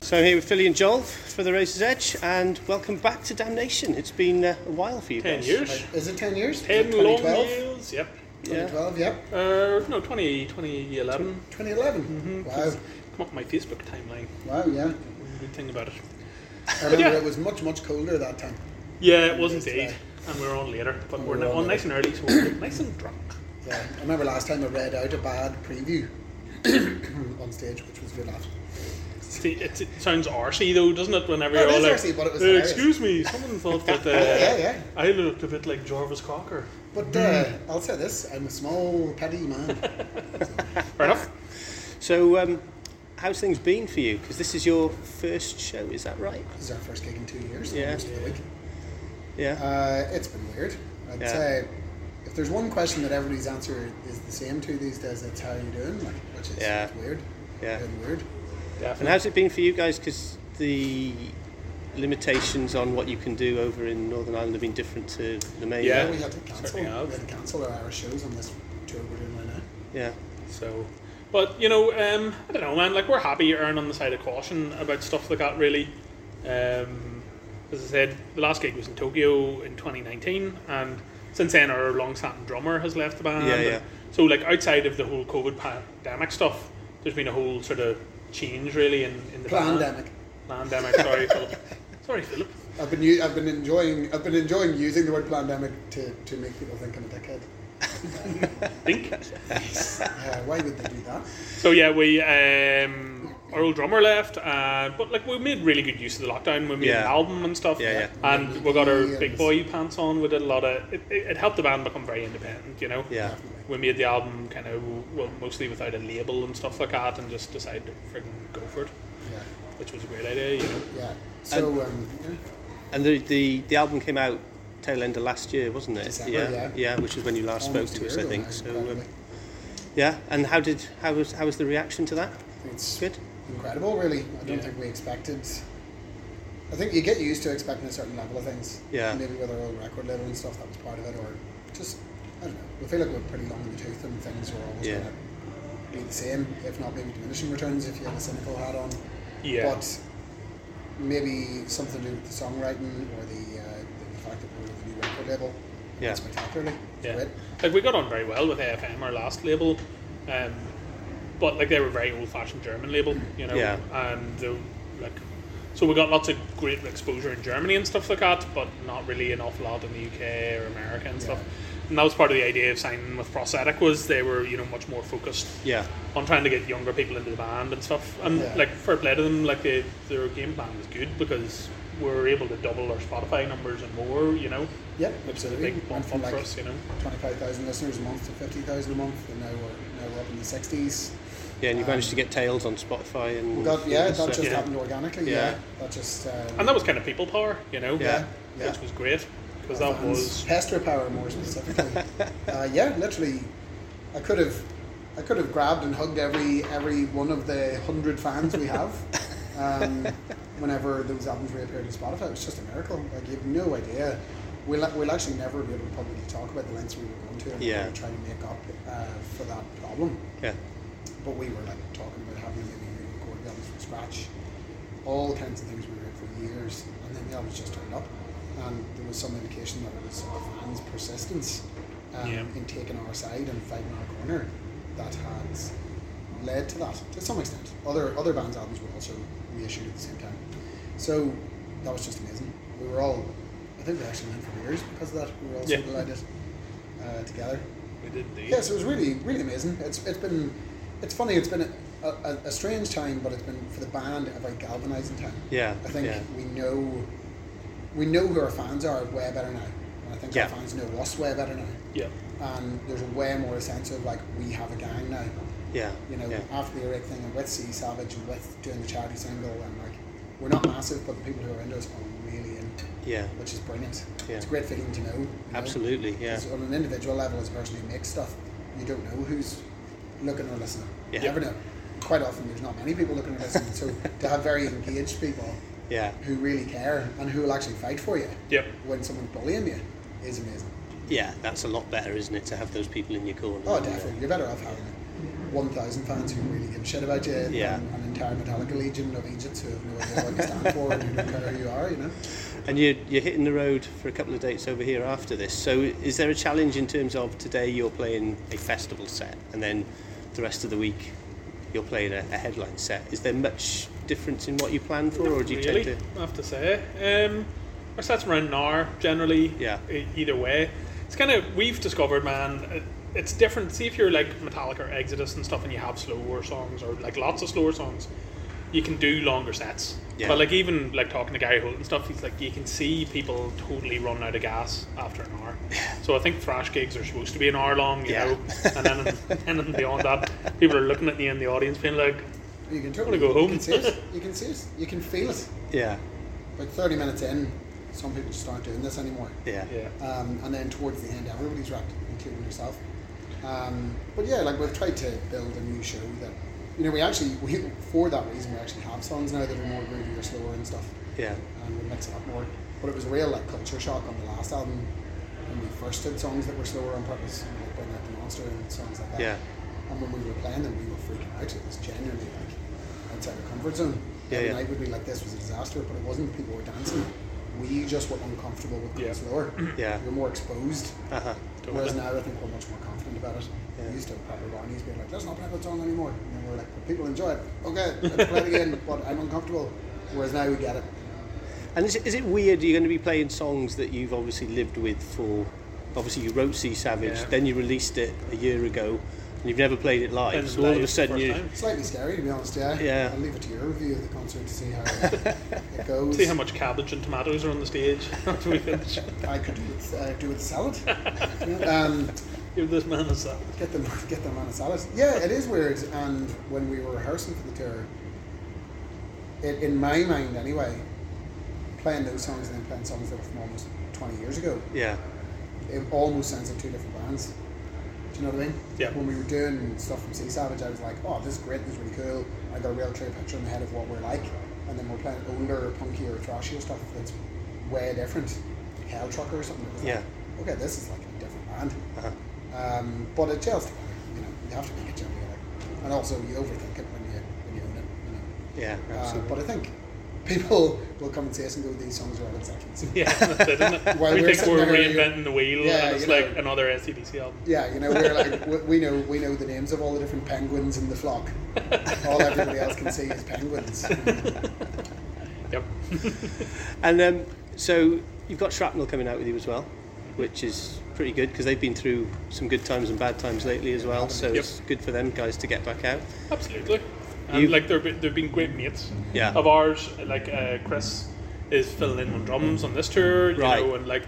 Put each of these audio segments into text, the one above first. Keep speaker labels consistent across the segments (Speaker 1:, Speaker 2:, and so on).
Speaker 1: So I'm here with Philly and Joel for the Racer's Edge, and welcome back to Damnation. It's been uh, a while for you
Speaker 2: 10
Speaker 1: guys.
Speaker 2: years.
Speaker 3: Is it 10 years?
Speaker 2: 10 long
Speaker 3: 2012?
Speaker 2: years. Yep.
Speaker 1: Yeah.
Speaker 3: 2012, yep.
Speaker 2: Uh, no, 20, 2011.
Speaker 3: 2011. Wow.
Speaker 1: Mm-hmm.
Speaker 2: Come up my Facebook timeline.
Speaker 3: Wow, yeah.
Speaker 2: Good thing about it.
Speaker 3: I remember
Speaker 2: yeah.
Speaker 3: it was much, much colder that time.
Speaker 2: Yeah, it was
Speaker 3: Yes,
Speaker 2: indeed.
Speaker 3: right.
Speaker 2: And we were on later, but
Speaker 3: And
Speaker 2: we're
Speaker 3: we
Speaker 2: now
Speaker 3: were on
Speaker 2: on nice
Speaker 3: later.
Speaker 2: and early, so we're nice and drunk.
Speaker 3: Yeah. I remember last time I read out a bad preview on stage, which was good laugh.
Speaker 2: See, it, it sounds arsey though, doesn't it? Whenever
Speaker 3: No, it
Speaker 2: you're all
Speaker 3: is
Speaker 2: like,
Speaker 3: arsey, but it was
Speaker 2: "Uh,
Speaker 3: hilarious."
Speaker 2: excuse me, someone thought that uh,
Speaker 3: Yeah, yeah.
Speaker 2: I looked a bit like Jarvis Cocker.
Speaker 3: But uh,
Speaker 1: Mm.
Speaker 3: I'll say this I'm a small, petty man.
Speaker 2: Fair enough.
Speaker 1: So um, how's things been for you? Because this is your first show, is that right?
Speaker 3: this is our first gig in two years.
Speaker 1: Yeah.
Speaker 3: almost in a week.
Speaker 1: Yeah.
Speaker 3: Uh, it's been weird. I'd
Speaker 1: Yeah.
Speaker 3: say if there's one question that everybody's answer is the same to these days, it's how you doing, like, which is
Speaker 1: Yeah.
Speaker 3: weird.
Speaker 1: Yeah.
Speaker 3: Been weird.
Speaker 1: And
Speaker 2: Definitely.
Speaker 1: how's it been for you guys? Because the limitations on what you can do over in Northern Ireland have been different to the main.
Speaker 2: Yeah.
Speaker 3: Yeah, we had to cancel. We
Speaker 2: Certainly have.
Speaker 3: had to cancel our Irish shows on this tour we're doing right now.
Speaker 1: Yeah.
Speaker 2: So, but you know, um, I don't know, man. Like we're happy you're on the side of caution about stuff like that. Really, um, as I said, the last gig was in Tokyo in 2019, and since then our long-standing drummer has left the band.
Speaker 1: Yeah, yeah.
Speaker 2: So, like outside of the whole COVID pandemic stuff, there's been a whole sort of change really in, in the
Speaker 3: Plandemic.
Speaker 2: Band. Pandemic. Sorry, Philip. Sorry, Philip.
Speaker 3: I've been u- I've been enjoying I've been enjoying using the word plandemic to, to make people think I'm a dickhead.
Speaker 2: Think.
Speaker 3: Uh, why would they do that?
Speaker 2: So yeah, we um, our old drummer left, uh, but like we made really good use of the lockdown. We made an
Speaker 1: Yeah.
Speaker 2: album and stuff,
Speaker 1: Yeah,
Speaker 2: and we got our
Speaker 3: Yeah.
Speaker 2: big boy pants on. We did a lot of it, it. it helped the band become very independent, you know.
Speaker 1: Yeah.
Speaker 2: We made the album kind of well, mostly without a label and stuff like that, and just decided to friggin' go for it,
Speaker 3: Yeah,
Speaker 2: which was a great idea, you know.
Speaker 3: yeah. So um,
Speaker 1: And the, the, the album came out tail end of last year, wasn't it?
Speaker 3: December,
Speaker 1: yeah.
Speaker 3: yeah.
Speaker 1: which is when you last spoke
Speaker 3: almost
Speaker 1: to
Speaker 3: a
Speaker 1: us,
Speaker 3: year
Speaker 1: I
Speaker 3: ago
Speaker 1: think.
Speaker 3: now,
Speaker 1: So um,
Speaker 3: incredibly.
Speaker 1: yeah. And how did how was how was the reaction to that?
Speaker 3: it's
Speaker 1: Good.
Speaker 3: incredible, really. I don't
Speaker 2: Yeah.
Speaker 3: think we expected. I think you get used to expecting a certain level of things.
Speaker 1: Yeah.
Speaker 3: Maybe with our old record label and stuff that was part of it, or just I don't know. We feel like we're pretty long in the tooth and things are always
Speaker 1: Yeah.
Speaker 3: going to be the same, if not maybe diminishing returns if you have a cynical hat on.
Speaker 2: Yeah.
Speaker 3: But maybe something to do with the songwriting or the uh, the fact that we're with a new record label.
Speaker 1: Yeah.
Speaker 3: It's Spectacularly. It's
Speaker 2: Yeah.
Speaker 3: great.
Speaker 2: Like we got on very well with AFM, our last label, um, but like they were a very old-fashioned German label, you know.
Speaker 1: Yeah.
Speaker 2: And they, like, so we got lots of great exposure in Germany and stuff like that, but not really an awful lot in the UK or America and stuff. And that was part of the idea of signing with Prosthetic was they were you know much more focused
Speaker 1: Yeah.
Speaker 2: on trying to get younger people into the band and stuff. And
Speaker 3: Yeah.
Speaker 2: like fair play to them, like they, their game plan was good because we were able to double our Spotify numbers and more, you know.
Speaker 3: Yep.
Speaker 2: Which is a
Speaker 3: absolutely.
Speaker 2: big bump
Speaker 3: Went
Speaker 2: up
Speaker 3: from,
Speaker 2: for
Speaker 3: like,
Speaker 2: us, you know.
Speaker 3: 25,000 listeners a month to 50,000 a month, and now we're, now we're up in the 60s.
Speaker 1: Yeah, and you managed to get tails on Spotify and
Speaker 3: We got, yeah, that just
Speaker 2: Yeah.
Speaker 3: happened organically, yeah.
Speaker 1: Yeah.
Speaker 3: That just. Um,
Speaker 2: And that was kind of people power, you know.
Speaker 1: Yeah.
Speaker 3: Yeah.
Speaker 2: Which was great because that
Speaker 3: and
Speaker 2: was
Speaker 3: Pester Power, more specifically. uh, yeah, literally, I could have. I could have grabbed and hugged every every one of the hundred fans we have. Um, whenever those albums reappeared on Spotify, it was just a miracle. Like you have no idea. We'll, we'll actually never be able to publicly talk about the lengths we were going to and
Speaker 1: Yeah.
Speaker 3: yeah. try to make up uh, for that problem.
Speaker 1: yeah,
Speaker 3: But we were like talking about having maybe record the albums from scratch, all kinds of things we were doing for years, and then the albums just turned up, and there was some indication that it was our fans' persistence um,
Speaker 2: Yeah.
Speaker 3: in taking our side and fighting our corner that has led to that to some extent. Other other bands' albums were also reissued at the same time, so that was just amazing. We were all, I think we actually went for years because of that. We were all so
Speaker 2: Yeah.
Speaker 3: delighted uh, together.
Speaker 2: we did the
Speaker 3: Yes, it was really, really amazing. It's it's been, it's funny. It's been a, a, a strange time, but it's been for the band a very galvanizing time.
Speaker 1: Yeah,
Speaker 3: I think
Speaker 1: yeah.
Speaker 3: we know, we know who our fans are way better now. And I think
Speaker 1: Yeah.
Speaker 3: our fans know us way better now.
Speaker 2: yeah
Speaker 3: And there's way more a sense of like we have a gang now.
Speaker 1: yeah,
Speaker 3: You know,
Speaker 1: yeah,
Speaker 3: after the Eric thing and with C Savage and with doing the charity single and like we're not massive, but the people who are into us are really in,
Speaker 1: yeah,
Speaker 3: which is brilliant.
Speaker 1: Yeah.
Speaker 3: It's a great feeling to know. you know?
Speaker 1: absolutely, yeah,
Speaker 3: 'Cause on an individual level, as a person who makes stuff, you don't know who's looking or listening.
Speaker 1: Yeah.
Speaker 3: You never know. Quite often, there's not many people looking or listening. so to have very engaged people
Speaker 1: yeah,
Speaker 3: who really care and who will actually fight for you
Speaker 2: yep
Speaker 3: when someone's bullying you is amazing.
Speaker 1: yeah. That's a lot better, isn't it, to have those people in your corner?
Speaker 3: Oh, definitely. You're better off having 1,000 fans who really give a shit about you, and
Speaker 1: Yeah.
Speaker 3: an entire Metallica legion of Egypt who have no idea what you stand for and who don't care who you are, you know.
Speaker 1: And you, you're hitting the road for a couple of dates over here after this. So is there a challenge in terms of today you're playing a festival set and then the rest of the week you're playing a, a headline set? Is there much difference in what you plan for or do you
Speaker 2: really,
Speaker 1: tend to...
Speaker 2: I have to say. Um, our sets around an hour generally.
Speaker 1: Yeah.
Speaker 2: e- either way, it's kind of we've discovered, man. It, it's different. See if you're like Metallica or Exodus and stuff, and you have slower songs or like lots of slower songs. You can do longer sets,
Speaker 1: Yeah.
Speaker 2: but like even like talking to Gary Holt and stuff, he's like you can see people totally run out of gas after an hour. So I think thrash gigs are supposed to be an hour long, you
Speaker 1: Yeah.
Speaker 2: know, and then and then beyond that, people are looking at you in the audience, being like,
Speaker 3: You can totally
Speaker 2: go home.
Speaker 3: You can see it. You can see it. You can feel it.
Speaker 1: Yeah,
Speaker 3: Like 30 minutes in, some people just aren't doing this anymore.
Speaker 1: yeah.
Speaker 2: yeah.
Speaker 3: Um, and then towards the end, everybody's wrapped, including yourself. Um, but yeah, like we've tried to build a new show that, you know, we actually, we, for that reason, we actually have songs now that are more groovy or slower and stuff,
Speaker 1: Yeah,
Speaker 3: and we mix it up more. But it was a real like culture shock on the last album when we first did songs that were slower on purpose, you know, like Burn Out the Monster and songs like that.
Speaker 1: Yeah.
Speaker 3: And when we were playing them, we were freaking out. It was genuinely like outside our comfort zone.
Speaker 1: Yeah,
Speaker 3: Every
Speaker 1: yeah.
Speaker 3: night would be like, this was a disaster, but it wasn't. People were dancing. We just were uncomfortable with going
Speaker 2: Yeah.
Speaker 3: slower.
Speaker 1: yeah.
Speaker 3: You're more exposed.
Speaker 1: Uh-huh.
Speaker 3: Whereas now I think we're much more confident about it.
Speaker 1: Yeah.
Speaker 3: We used to Papa Ronnie's being like, let's not play that song anymore. And then we're like, but people enjoy it. Okay, let's play it again, but I'm uncomfortable. Whereas now we get it.
Speaker 1: And is it, is it weird you're going to be playing songs that you've obviously lived with for... Obviously you wrote Sea Savage,
Speaker 2: Yeah.
Speaker 1: then you released it a year ago and you've never played it live.
Speaker 2: And
Speaker 1: so all of
Speaker 2: live
Speaker 1: a sudden
Speaker 2: first
Speaker 1: you...
Speaker 2: time.
Speaker 3: Slightly scary, to be honest, yeah.
Speaker 1: Yeah.
Speaker 3: I'll leave it to your review of the concert to see how it goes.
Speaker 2: See how much cabbage and tomatoes are on the stage after we finish.
Speaker 3: I could do with, uh, do with salad. um,
Speaker 2: Give this man a salad.
Speaker 3: get them get them on a salad. Yeah, it is weird. And when we were rehearsing for the tour, it in my mind anyway, playing those songs and then playing songs that were from almost twenty years ago,
Speaker 1: Yeah,
Speaker 3: it almost sounds like two different bands. Do you know what I mean?
Speaker 2: Yeah.
Speaker 3: When we were doing stuff from Sea Savage, I was like, "Oh, this is great. This is really cool." I got a real clear picture in my head of what we're like, and then we're playing older, punkier, thrashier stuff that's way different. Hell Trucker or something. It was like,
Speaker 1: Yeah.
Speaker 3: okay, this is like a different band.
Speaker 1: uh-huh.
Speaker 3: Um, but it gels together, you know. You have to make it gel together, and also you overthink it when you when you own it. You
Speaker 1: yeah,
Speaker 3: know. Uh,
Speaker 1: absolutely.
Speaker 3: but I think people will come and see us and go, "These songs are all exceptions."
Speaker 2: Yeah, that's it, isn't it?
Speaker 3: While
Speaker 2: we
Speaker 3: we're
Speaker 2: think
Speaker 3: sitting
Speaker 2: we're
Speaker 3: there, you-
Speaker 2: reinventing the wheel,
Speaker 3: Yeah,
Speaker 2: and it's
Speaker 3: you know.
Speaker 2: like another SCDC album.
Speaker 3: Yeah, you know, we're like we, we know we know the names of all the different penguins in the flock. all everybody else can see is penguins.
Speaker 2: Yep.
Speaker 1: And um, so you've got Shrapnel coming out with you as well, which is pretty good because they've been through some good times and bad times lately as well. So
Speaker 2: Yep.
Speaker 1: it's good for them guys to get back out.
Speaker 2: Absolutely. And
Speaker 1: You-
Speaker 2: like they're be- they've been great mates
Speaker 1: Yeah.
Speaker 2: of ours. Like uh, Chris is filling in on drums on this tour, you
Speaker 1: Right.
Speaker 2: know, and like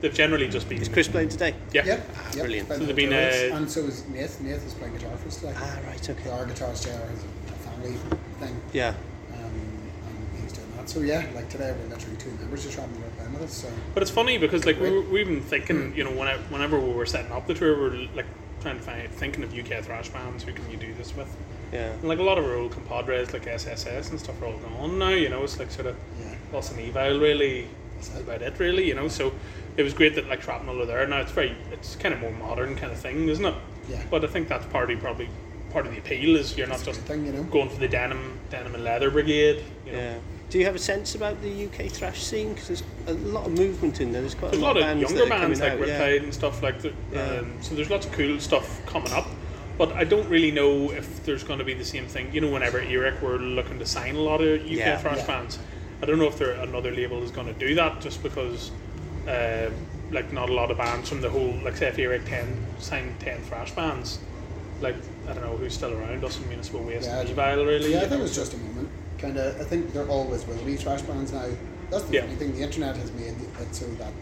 Speaker 2: they've generally just been
Speaker 1: Is Chris playing today?
Speaker 2: Yeah.
Speaker 3: Yep. yep.
Speaker 1: Brilliant.
Speaker 3: Playing
Speaker 2: So
Speaker 3: the
Speaker 2: there've been,
Speaker 3: guitars.
Speaker 2: uh,
Speaker 3: and so is Nath. Nath is playing guitar for us today.
Speaker 1: Ah, right, okay.
Speaker 3: Our guitarist there has a family thing.
Speaker 1: Yeah,
Speaker 3: Um, and he's doing that. So yeah, like today we're literally two members just traveling around playing with us. So
Speaker 2: But it's funny because like we, we've been thinking, you know, when I- whenever we were setting up the tour, we we're like trying to find thinking of UK thrash bands. Who can you do this with?
Speaker 1: yeah,
Speaker 2: And like a lot of our old compadres, like SSS and stuff, are all gone now. You know, it's like sort of
Speaker 3: Yeah.
Speaker 2: us and Evil really.
Speaker 3: That's
Speaker 2: That's
Speaker 3: it.
Speaker 2: about it, really. You know, so it was great that like Shrapnel are there now. It's very, it's kind of more modern kind of thing, isn't it?
Speaker 3: Yeah.
Speaker 2: But I think that's partly probably part of the appeal is you're not
Speaker 3: That's a
Speaker 2: just
Speaker 3: good thing, you know.
Speaker 2: going for the denim, denim and leather brigade. You know.
Speaker 1: yeah. Do you have a sense about the UK thrash scene? Because there's a lot of movement in there. There's quite
Speaker 2: There's
Speaker 1: a lot, of bands
Speaker 2: younger
Speaker 1: that are
Speaker 2: bands like
Speaker 1: coming out.
Speaker 2: Riptide and stuff like that.
Speaker 1: Yeah.
Speaker 2: Um, so there's lots of cool stuff coming up, but I don't really know if there's going to be the same thing. You know, whenever Eric were looking to sign a lot of UK
Speaker 1: Yeah.
Speaker 2: thrash
Speaker 3: Yeah.
Speaker 2: bands, I don't know if there another label is going to do that just because, um like, not a lot of bands from the whole like say if Eric ten signed ten thrash bands, like I don't know who's still around us in Municipal Waste
Speaker 3: Yeah, I
Speaker 2: and
Speaker 3: don't-
Speaker 2: Evil really.
Speaker 3: Yeah, I
Speaker 2: you
Speaker 3: think
Speaker 2: know.
Speaker 3: it's just a moment. Kind of. I think there always will be trash bands now. That's the
Speaker 2: Yeah.
Speaker 3: only thing the internet has made it so that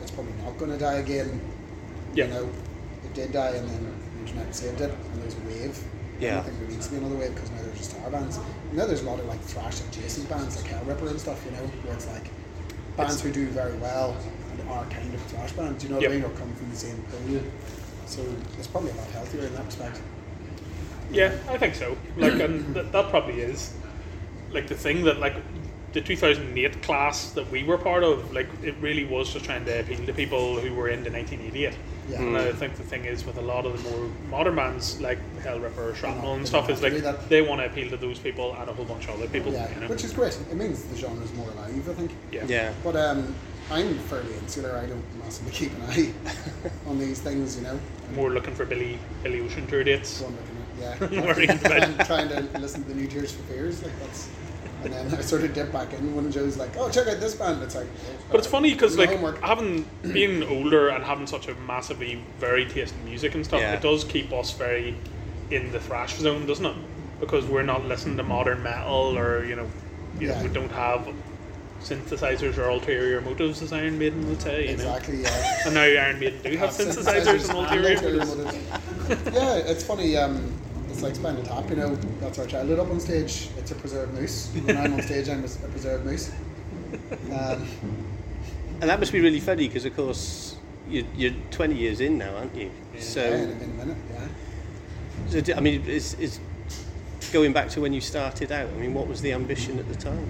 Speaker 3: it's probably not going to die again.
Speaker 2: Yeah.
Speaker 3: You know, it did die, and then the internet saved it, and there's a wave. I
Speaker 1: Yeah.
Speaker 3: don't think there needs to be another wave because now there's just our bands. Now there's a lot of like thrash adjacent bands like Hell Ripper and stuff. You know, where it's like bands who do very well and are kind of thrash bands. You know what I
Speaker 2: Yep.
Speaker 3: mean? Or come from the same pool. So it's probably a lot healthier in that respect.
Speaker 2: Yeah, I think so. Like, and th- that probably is like the thing that like the 2008 class that we were part of, like it really was just trying to appeal to people who were into 1988.
Speaker 3: Yeah.
Speaker 2: And I think the thing is with a lot of the more modern bands like Hell Ripper,
Speaker 3: They
Speaker 2: Shrapnel,
Speaker 3: don't
Speaker 2: and stuff,
Speaker 3: have
Speaker 2: is
Speaker 3: to do
Speaker 2: like
Speaker 3: that.
Speaker 2: they want to appeal to those people and a whole bunch of other people.
Speaker 3: yeah,
Speaker 2: you know?
Speaker 3: which is great. It means the genre's more alive, I think.
Speaker 2: yeah.
Speaker 1: Yeah.
Speaker 3: But um, I'm fairly insular. I don't massively keep an eye on these things, you know.
Speaker 2: More looking for Billy Billy Ocean tour dates.
Speaker 3: So I'm looking at,
Speaker 2: Worrying
Speaker 3: yeah,
Speaker 2: about-
Speaker 3: I'm trying to listen to the new Tears for Fears, like that's. And then I sort of dip back in when Joe's like, "Oh, check out this band." It's like,
Speaker 2: But it's funny because
Speaker 3: Do the
Speaker 2: like
Speaker 3: homework.
Speaker 2: having being older and having such a massively varied taste in music and stuff,
Speaker 1: Yeah.
Speaker 2: it does keep us very in the thrash zone, doesn't it? Because we're not listening to modern metal or you know, you know,
Speaker 3: Yeah.
Speaker 2: we don't have synthesizers or ulterior motives as Iron Maiden would say. You
Speaker 3: exactly,
Speaker 2: know,
Speaker 3: yeah.
Speaker 2: and now Iron Maiden do
Speaker 3: Uh,
Speaker 2: have synthesizers and ulterior motives.
Speaker 3: motives. yeah, it's funny. Um, it's like Spinal Tap, you know. That's our childhood up on stage. It's a preserved moose. When I'm on stage, I'm a s- a preserved moose. Um,
Speaker 1: And that must be really funny because, of course, you're, you're 20 years in now, aren't you?
Speaker 3: yeah,
Speaker 1: So,
Speaker 3: in a minute, yeah.
Speaker 1: so do- I mean, it's, it's going back to when you started out. I mean, what was the ambition at the time?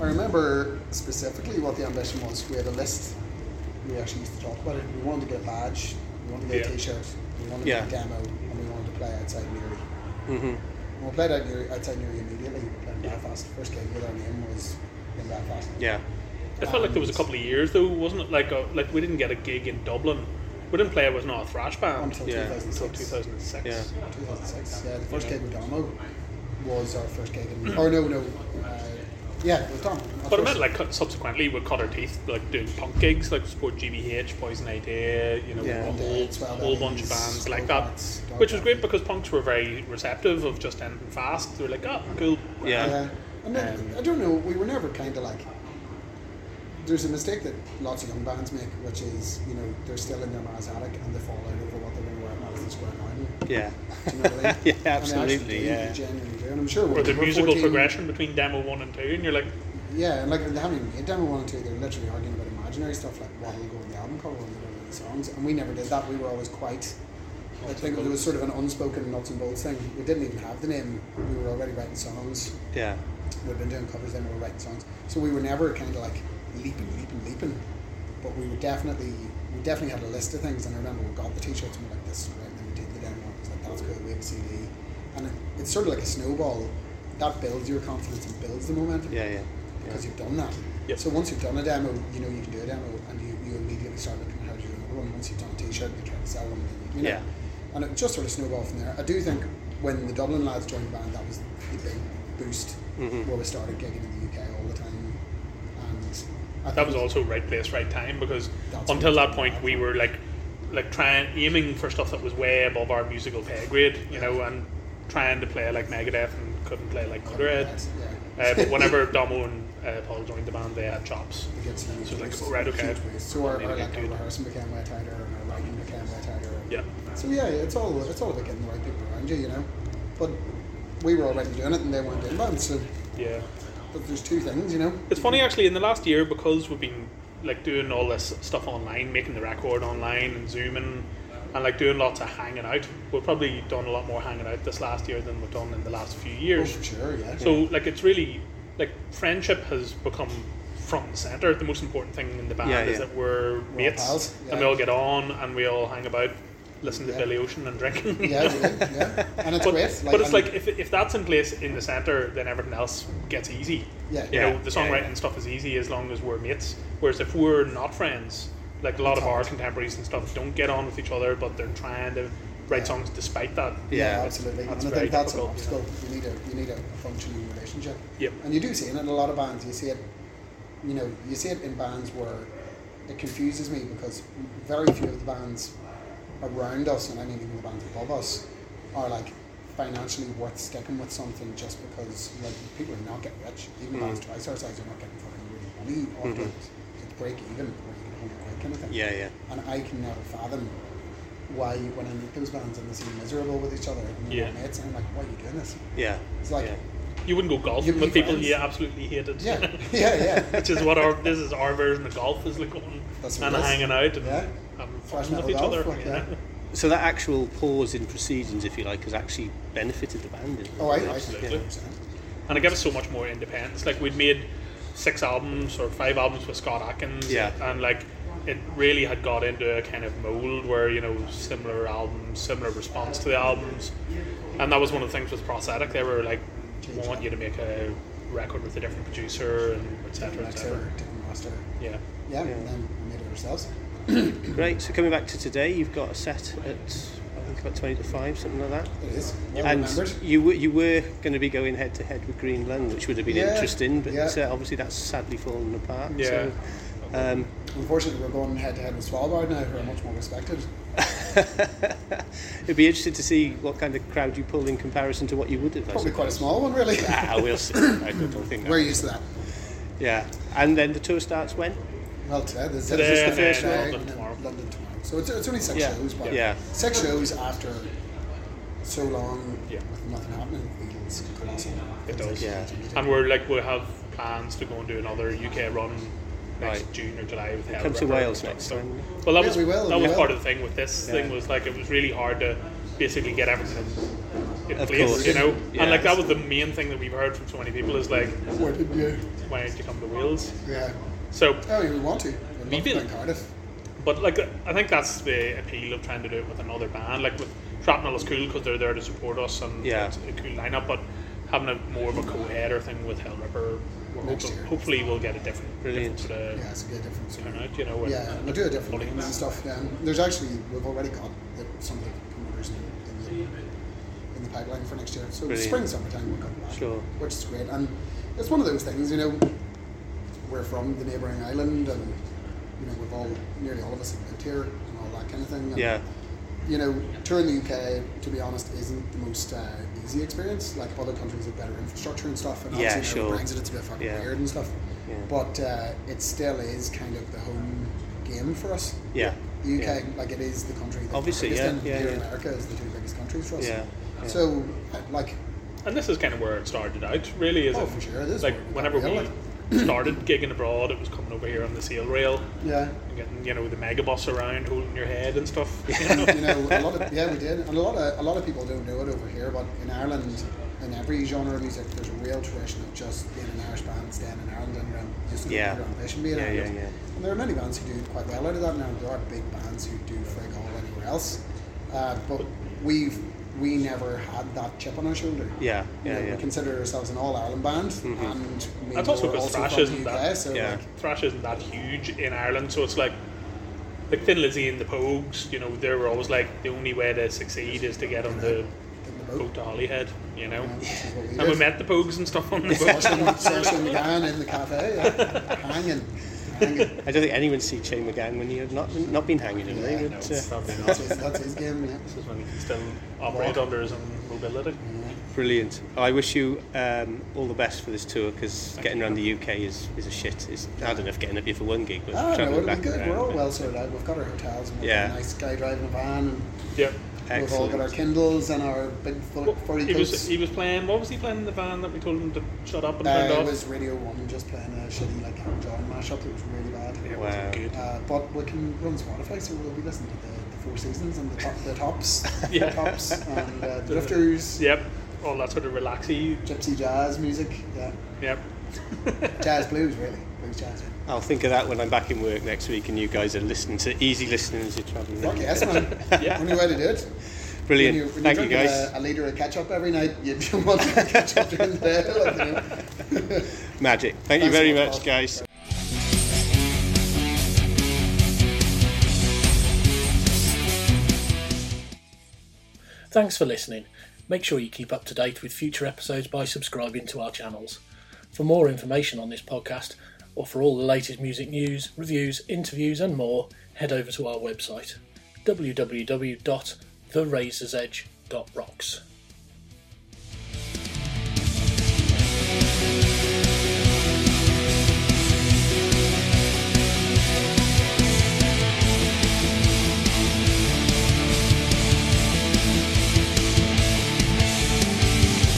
Speaker 3: I remember specifically what the ambition was. We had a list. We actually used to talk about it. We wanted to get a badge. We wanted to get a
Speaker 2: Yeah.
Speaker 3: T-shirt. We wanted
Speaker 1: Yeah.
Speaker 3: to get a demo, and we wanted to play outside Newry.
Speaker 1: Mm-hmm.
Speaker 3: And we played out Newry, outside Newry immediately. We played in Belfast. First gig with our name was in Belfast.
Speaker 1: Yeah.
Speaker 2: It felt like there was a couple of years though, wasn't it? Like uh like we didn't get a gig in Dublin. We didn't play. It was not a thrash band
Speaker 3: Until
Speaker 1: Yeah.
Speaker 3: 2006.
Speaker 2: until 2006.
Speaker 1: Yeah.
Speaker 3: 2006. Yeah, Uh, the first gig with Domo was our first gig. In, or no, no. Uh, yeah, it was Domo. Our
Speaker 2: But I
Speaker 3: first-
Speaker 2: meant like subsequently we cut our teeth like doing punk gigs like support GBH, Poison Idea, you know,
Speaker 1: Yeah.
Speaker 2: a whole,
Speaker 3: Dead, Swell
Speaker 2: whole bunch of
Speaker 3: Bellies,
Speaker 2: bands like
Speaker 3: Dark
Speaker 2: that,
Speaker 3: Arts, Dark
Speaker 2: which was
Speaker 3: Arts.
Speaker 2: great because punks were very receptive of just anything fast. They were like, oh, cool.
Speaker 1: Yeah.
Speaker 3: Yeah. Uh, I mean,
Speaker 2: Um,
Speaker 3: I don't know. We were never kind of like. There's a mistake that lots of young bands make, which is you know they're still in their Mars attic and they fall out over what they're going to wear at Madison Square Garden.
Speaker 1: Yeah.
Speaker 3: Do you know what I mean?
Speaker 1: yeah,
Speaker 3: And they actually do,
Speaker 1: absolutely.
Speaker 3: They
Speaker 1: Yeah.
Speaker 3: genuinely do, and I'm sure.
Speaker 2: Or
Speaker 3: when
Speaker 2: the
Speaker 3: we were
Speaker 2: musical
Speaker 3: 14
Speaker 2: progression between demo one and two, and you're like,
Speaker 3: Yeah, and like they haven't even made demo one and two. They're literally arguing about imaginary stuff, like what will go on the album cover and the the songs. And we never did that. We were always quite. I think it was sort of an unspoken nuts and bolts thing. We didn't even have the name. We were already writing songs.
Speaker 1: Yeah.
Speaker 3: we've been doing covers then we were writing songs so we were never kind of like leaping leaping leaping but we were definitely we definitely had a list of things and I remember we got the t-shirts and we were like this is great and then we did the demo and it was like that's cool we have a CD and it, it's sort of like a snowball that builds your confidence and builds the momentum
Speaker 1: Yeah. Yeah. Yeah.
Speaker 3: because you've done that
Speaker 2: Yep.
Speaker 3: so once you've done a demo you know you can do a demo and you, you immediately start looking at how to do another one once you've done a t-shirt you try to sell them and you know
Speaker 1: Yeah.
Speaker 3: and it just sort of snowballed from there I do think when the Dublin lads joined the band that was the big boost
Speaker 2: Mm-hmm.
Speaker 1: Mhm.
Speaker 3: where we started gigging in the UK all the time. And I
Speaker 2: that
Speaker 3: think-
Speaker 2: was also right place, right time because
Speaker 3: That's
Speaker 2: until
Speaker 3: what-
Speaker 2: that point we were like, like trying aiming for stuff that was way above our musical pay grade, you know, and trying to play like Megadeth and couldn't play like Motorhead.
Speaker 3: Yeah.
Speaker 2: Uh, but whenever Domo and uh, Paul joined the band, they had chops.
Speaker 3: It gets huge
Speaker 2: So it's like, oh,
Speaker 3: boosts,
Speaker 2: right, okay.
Speaker 3: huge boosts. So our,
Speaker 2: Need to
Speaker 3: our,
Speaker 2: get
Speaker 3: like, our
Speaker 2: good.
Speaker 3: rehearsal became way tighter, and our writing became way tighter.
Speaker 2: Yeah.
Speaker 3: So yeah, it's all it's all about getting the right people around you, you know. But we were already doing it, and they weren't doing that. So,
Speaker 2: Yeah.
Speaker 3: but there's two things, you know.
Speaker 2: It's funny actually, in the last year, because we've been like doing all this stuff online, making the record online and zooming and like doing lots of hanging out, we've probably done a lot more hanging out this last year than we've done in the last few
Speaker 3: Oh,
Speaker 2: years.
Speaker 3: for sure, yeah.
Speaker 2: So like it's really like friendship has become front and center. The most important thing in the band
Speaker 1: Yeah,
Speaker 2: is
Speaker 1: yeah.
Speaker 2: that we're, mates
Speaker 3: pals,
Speaker 2: and we
Speaker 3: yeah.
Speaker 2: all get on and we all hang about, listen to
Speaker 3: Yeah.
Speaker 2: Billy Ocean and drinking.
Speaker 3: yeah, we do, yeah, and it's
Speaker 2: But,
Speaker 3: great.
Speaker 2: but it's
Speaker 3: and-
Speaker 2: like if, if that's in place in the center, then everything else gets easy.
Speaker 3: Yeah.
Speaker 2: You
Speaker 1: Yeah.
Speaker 2: know, the
Speaker 1: Yeah,
Speaker 2: songwriting
Speaker 1: yeah.
Speaker 2: stuff is easy as long as we're mates. Whereas if we're not friends, like a lot of our
Speaker 3: hard.
Speaker 2: contemporaries and stuff don't get on with each other, but they're trying to
Speaker 3: Yeah.
Speaker 2: write songs despite that.
Speaker 3: Yeah,
Speaker 1: Yeah,
Speaker 3: absolutely.
Speaker 2: that's
Speaker 3: and I
Speaker 2: very
Speaker 3: think that's an
Speaker 2: difficult.
Speaker 3: obstacle. You need a you need a, a functioning relationship.
Speaker 2: Yep.
Speaker 3: And you do see it in a lot of bands. You see it, you know, you see it in bands where it confuses me because very few of the bands around us, and I mean even the bands above us, are like financially worth sticking with something just because like people are not getting rich. Even
Speaker 2: Mm.
Speaker 3: bands twice our size are not getting fucking really money off
Speaker 2: Mm-hmm.
Speaker 1: Mhm.
Speaker 3: it. It's break even or you get home quite kind of thing
Speaker 1: Yeah. Yeah.
Speaker 3: and I can never fathom why you when I meet those bands and they seem miserable with each other and they're
Speaker 2: Yeah.
Speaker 3: not mates and I'm like, why are you doing this?
Speaker 1: Yeah.
Speaker 3: It's like
Speaker 1: yeah.
Speaker 2: You wouldn't go golfing
Speaker 3: You'd
Speaker 2: with
Speaker 3: be
Speaker 2: people
Speaker 3: friends.
Speaker 2: you absolutely hated.
Speaker 3: yeah, yeah, yeah.
Speaker 2: Which is what our this is our version of golf is like going
Speaker 3: That's what
Speaker 2: and
Speaker 3: it is.
Speaker 2: hanging out and
Speaker 3: Yeah.
Speaker 2: having
Speaker 3: Thrash
Speaker 2: fun with
Speaker 3: metal
Speaker 2: each
Speaker 3: golf,
Speaker 2: other.
Speaker 3: like,
Speaker 2: you know?
Speaker 3: yeah.
Speaker 1: So that actual pause in proceedings, if you like, has actually benefited the band. in a
Speaker 3: Oh, I,
Speaker 1: way.
Speaker 3: I
Speaker 1: Yeah.
Speaker 2: Absolutely.
Speaker 3: absolutely.
Speaker 2: and it gave us so much more independence. Like we'd made six albums or five albums with Scott Atkins,
Speaker 1: Yeah.
Speaker 2: and like it really had got into a kind of mold where you know similar albums, similar response to the albums, and that was one of the things with Prosthetic. They were like, we want you to make a record with a different producer and etc.
Speaker 3: Different
Speaker 2: etc.
Speaker 3: mixer, different master.
Speaker 2: Yeah.
Speaker 3: Yeah, and then we made it ourselves.
Speaker 1: Great. So coming back to today, you've got a set at I think about twenty to five, something like that.
Speaker 3: It is. Well
Speaker 1: and
Speaker 3: remembered.
Speaker 1: you were you were going to be going head to head with Greenland, which would have been
Speaker 3: Yeah,
Speaker 1: interesting, but
Speaker 3: yeah.
Speaker 1: uh, obviously that's sadly fallen apart.
Speaker 2: Yeah.
Speaker 1: So, um,
Speaker 3: Unfortunately, we're going head to head with Svalbard now, who are much more respected.
Speaker 1: it'd be interesting to see what kind of crowd you pull in comparison to what you would have. I
Speaker 3: Probably quite a
Speaker 1: suppose.
Speaker 3: small one, really.
Speaker 1: Ah, we'll see. I don't think.
Speaker 3: we're
Speaker 1: that-
Speaker 3: used to that.
Speaker 1: Yeah, and then the tour starts when?
Speaker 3: Well, today, this
Speaker 2: Today
Speaker 3: is
Speaker 2: and
Speaker 3: the first
Speaker 2: then
Speaker 3: day,
Speaker 2: London
Speaker 3: and then
Speaker 2: tomorrow.
Speaker 3: London tomorrow. So it's, it's only six
Speaker 1: Yeah.
Speaker 3: shows, but
Speaker 1: Yeah.
Speaker 3: six shows after so long
Speaker 2: Yeah.
Speaker 3: with nothing happening it's colossal.
Speaker 2: It does.
Speaker 1: Yeah.
Speaker 2: And we're like we have plans to go and do another UK run next
Speaker 1: Right.
Speaker 2: June or July with Hell
Speaker 1: Comes to
Speaker 2: River and
Speaker 1: Wales
Speaker 2: stuff,
Speaker 1: next
Speaker 2: so-
Speaker 1: time.
Speaker 2: Well, that
Speaker 3: Yeah,
Speaker 2: was
Speaker 3: we will,
Speaker 2: that
Speaker 3: we
Speaker 2: was
Speaker 3: will.
Speaker 2: part of the thing with this thing
Speaker 1: Yeah.
Speaker 2: was like it was really hard to basically get everything in
Speaker 1: Of
Speaker 2: place,
Speaker 1: course.
Speaker 2: you know.
Speaker 1: Yeah.
Speaker 2: And like that was the main thing that we've heard from so many people is like,
Speaker 3: Where did you?
Speaker 2: why didn't you come to Wales?
Speaker 3: Yeah.
Speaker 2: So,
Speaker 3: Oh, yeah, we want to. We
Speaker 2: We
Speaker 3: love
Speaker 2: will.
Speaker 3: playing Cardiff.
Speaker 2: but like I think that's the appeal of trying to do it with another band. Like with Shrapnel is cool because they're there to support us and
Speaker 1: Yeah.
Speaker 2: it's a cool lineup, but having a more of a co-header thing with Hell Ripper, we're
Speaker 3: Next
Speaker 2: hopeful-
Speaker 3: year.
Speaker 2: hopefully we'll get a different,
Speaker 1: Brilliant.
Speaker 2: different sort of
Speaker 3: Yeah, it's a good difference.
Speaker 2: turnout, you know. and-
Speaker 3: Yeah, we'll do a different
Speaker 2: Bullies.
Speaker 3: names and stuff. Yeah, and there's actually we've already got the, some of the promoters in, in, the, in the pipeline for next year. So
Speaker 1: Brilliant.
Speaker 3: spring, summertime, we'll come back,
Speaker 1: Sure.
Speaker 3: which is great. And it's one of those things, you know. We're from the neighbouring island, and you know we've all nearly all of us have lived here and all that kind of thing. And,
Speaker 1: Yeah,
Speaker 3: You know, touring the UK, to be honest, isn't the most uh, easy experience. Like other countries have better infrastructure and stuff, and
Speaker 1: Yeah,
Speaker 3: obviously now with
Speaker 1: sure.
Speaker 3: Brexit, it's a bit fucking
Speaker 1: Yeah.
Speaker 3: weird and stuff.
Speaker 1: Yeah.
Speaker 3: But uh, it still is kind of the home game for us.
Speaker 1: yeah,
Speaker 3: The UK,
Speaker 1: yeah,
Speaker 3: like it is the country. That
Speaker 1: Obviously,
Speaker 3: we're biggest
Speaker 1: yeah,
Speaker 3: in.
Speaker 1: yeah,
Speaker 3: Here
Speaker 1: yeah.
Speaker 3: America is the two biggest countries for us.
Speaker 1: Yeah, yeah.
Speaker 3: So, uh, like,
Speaker 2: And this is kind of where it started out, really, is
Speaker 3: Oh,
Speaker 2: it?
Speaker 3: for sure, it is
Speaker 2: Like
Speaker 3: where we
Speaker 2: whenever
Speaker 3: got
Speaker 2: we
Speaker 3: rail,
Speaker 2: started gigging abroad, it was coming over here on the sail rail
Speaker 3: yeah,
Speaker 2: and getting you know the megabus around, holding your head and stuff. you know?
Speaker 3: you know, a lot of yeah, we did, and a lot of a lot of people don't know it over here, but in Ireland, in every genre of music, there's a real tradition of just being an Irish band, staying in Ireland, and um, just going
Speaker 1: Yeah.
Speaker 3: to ambition being
Speaker 1: Yeah,
Speaker 3: in
Speaker 1: yeah,
Speaker 3: Ireland.
Speaker 1: yeah.
Speaker 3: And there are many bands who do quite well out of that now. There are big bands who do frig all anywhere else, uh, but we've we never had that chip on our shoulder.
Speaker 1: yeah,
Speaker 3: You
Speaker 1: yeah,
Speaker 3: know,
Speaker 1: Mm-hmm. yeah.
Speaker 3: We consider ourselves an all-Ireland band, and we
Speaker 2: That's also
Speaker 3: were
Speaker 2: because thrash
Speaker 3: from the
Speaker 2: isn't
Speaker 3: UK,
Speaker 2: that-
Speaker 3: so
Speaker 1: Yeah.
Speaker 3: like,
Speaker 2: Thrash isn't that huge in Ireland, so it's like like Thin Lizzy and the Pogues. You know, they were always like the only way to succeed is to get on the
Speaker 3: in the boat,
Speaker 2: boat to Hollyhead. You know,
Speaker 3: which is what we
Speaker 2: and we
Speaker 3: did.
Speaker 2: met the Pogues and stuff on the
Speaker 3: Saoirse
Speaker 2: boat.
Speaker 3: and- Saoirse and McGann in the cafe, yeah. hanging, hanging.
Speaker 1: I don't think anyone sees Shane McGann when you've not not been hanging, have they?
Speaker 3: Yeah,
Speaker 1: But,
Speaker 2: no,
Speaker 1: uh,
Speaker 2: probably not.
Speaker 3: That's his, that's his game. Yeah.
Speaker 2: This is when he can still operate under his own mobility.
Speaker 1: Brilliant. I wish you um, all the best for this tour because getting around the UK is, is a shit. It's hard enough getting up here for one gig, but
Speaker 3: Ah, no,
Speaker 1: travelling
Speaker 3: it'll be
Speaker 1: back
Speaker 3: good.
Speaker 1: around.
Speaker 3: We're all well sorted out. We've got our hotels and we've
Speaker 1: Yeah.
Speaker 3: got a nice guy driving a van, and
Speaker 2: Yeah.
Speaker 1: Excellent.
Speaker 3: we've all got our Kindles and our big fu-
Speaker 2: Well,
Speaker 3: furry
Speaker 2: he was
Speaker 3: coats.
Speaker 2: he was playing. What was he playing in the van that we told him to shut up and turned
Speaker 3: uh, it
Speaker 2: off?
Speaker 3: was Radio One just playing a shitty like Elton John mashup. It was really bad.
Speaker 2: Yeah, it
Speaker 1: Wow.
Speaker 2: wasn't good.
Speaker 3: Uh, but we can run Spotify, so we'll be listening to the, the Four Seasons and the, top, the Tops,
Speaker 2: Yeah.
Speaker 3: the Tops, and uh, the Drifters,
Speaker 2: Yep. All that sort of relaxy.
Speaker 3: Gypsy Jazz music, yeah,
Speaker 2: Yep.
Speaker 3: jazz blues really, blues jazz.
Speaker 1: I'll think of that when I'm back in work next week and you guys are listening to easy listening as you're travelling.
Speaker 3: Fuck yes, man.
Speaker 2: Yeah.
Speaker 3: Only way to do it.
Speaker 1: Brilliant.
Speaker 3: When you, uh, when
Speaker 1: Thank you
Speaker 3: you're
Speaker 1: guys.
Speaker 3: drinking A, a liter of ketchup every night. You don't want to catch up during the day. Like, you know.
Speaker 1: Magic. Thank you
Speaker 3: Thanks
Speaker 1: very
Speaker 3: a lot,
Speaker 1: much,
Speaker 3: Paul.
Speaker 1: guys.
Speaker 4: Thanks for listening. Make sure you keep up to date with future episodes by subscribing to our channels. For more information on this podcast, or for all the latest music news, reviews, interviews, and more, head over to our website www.therazorsedge.rocks.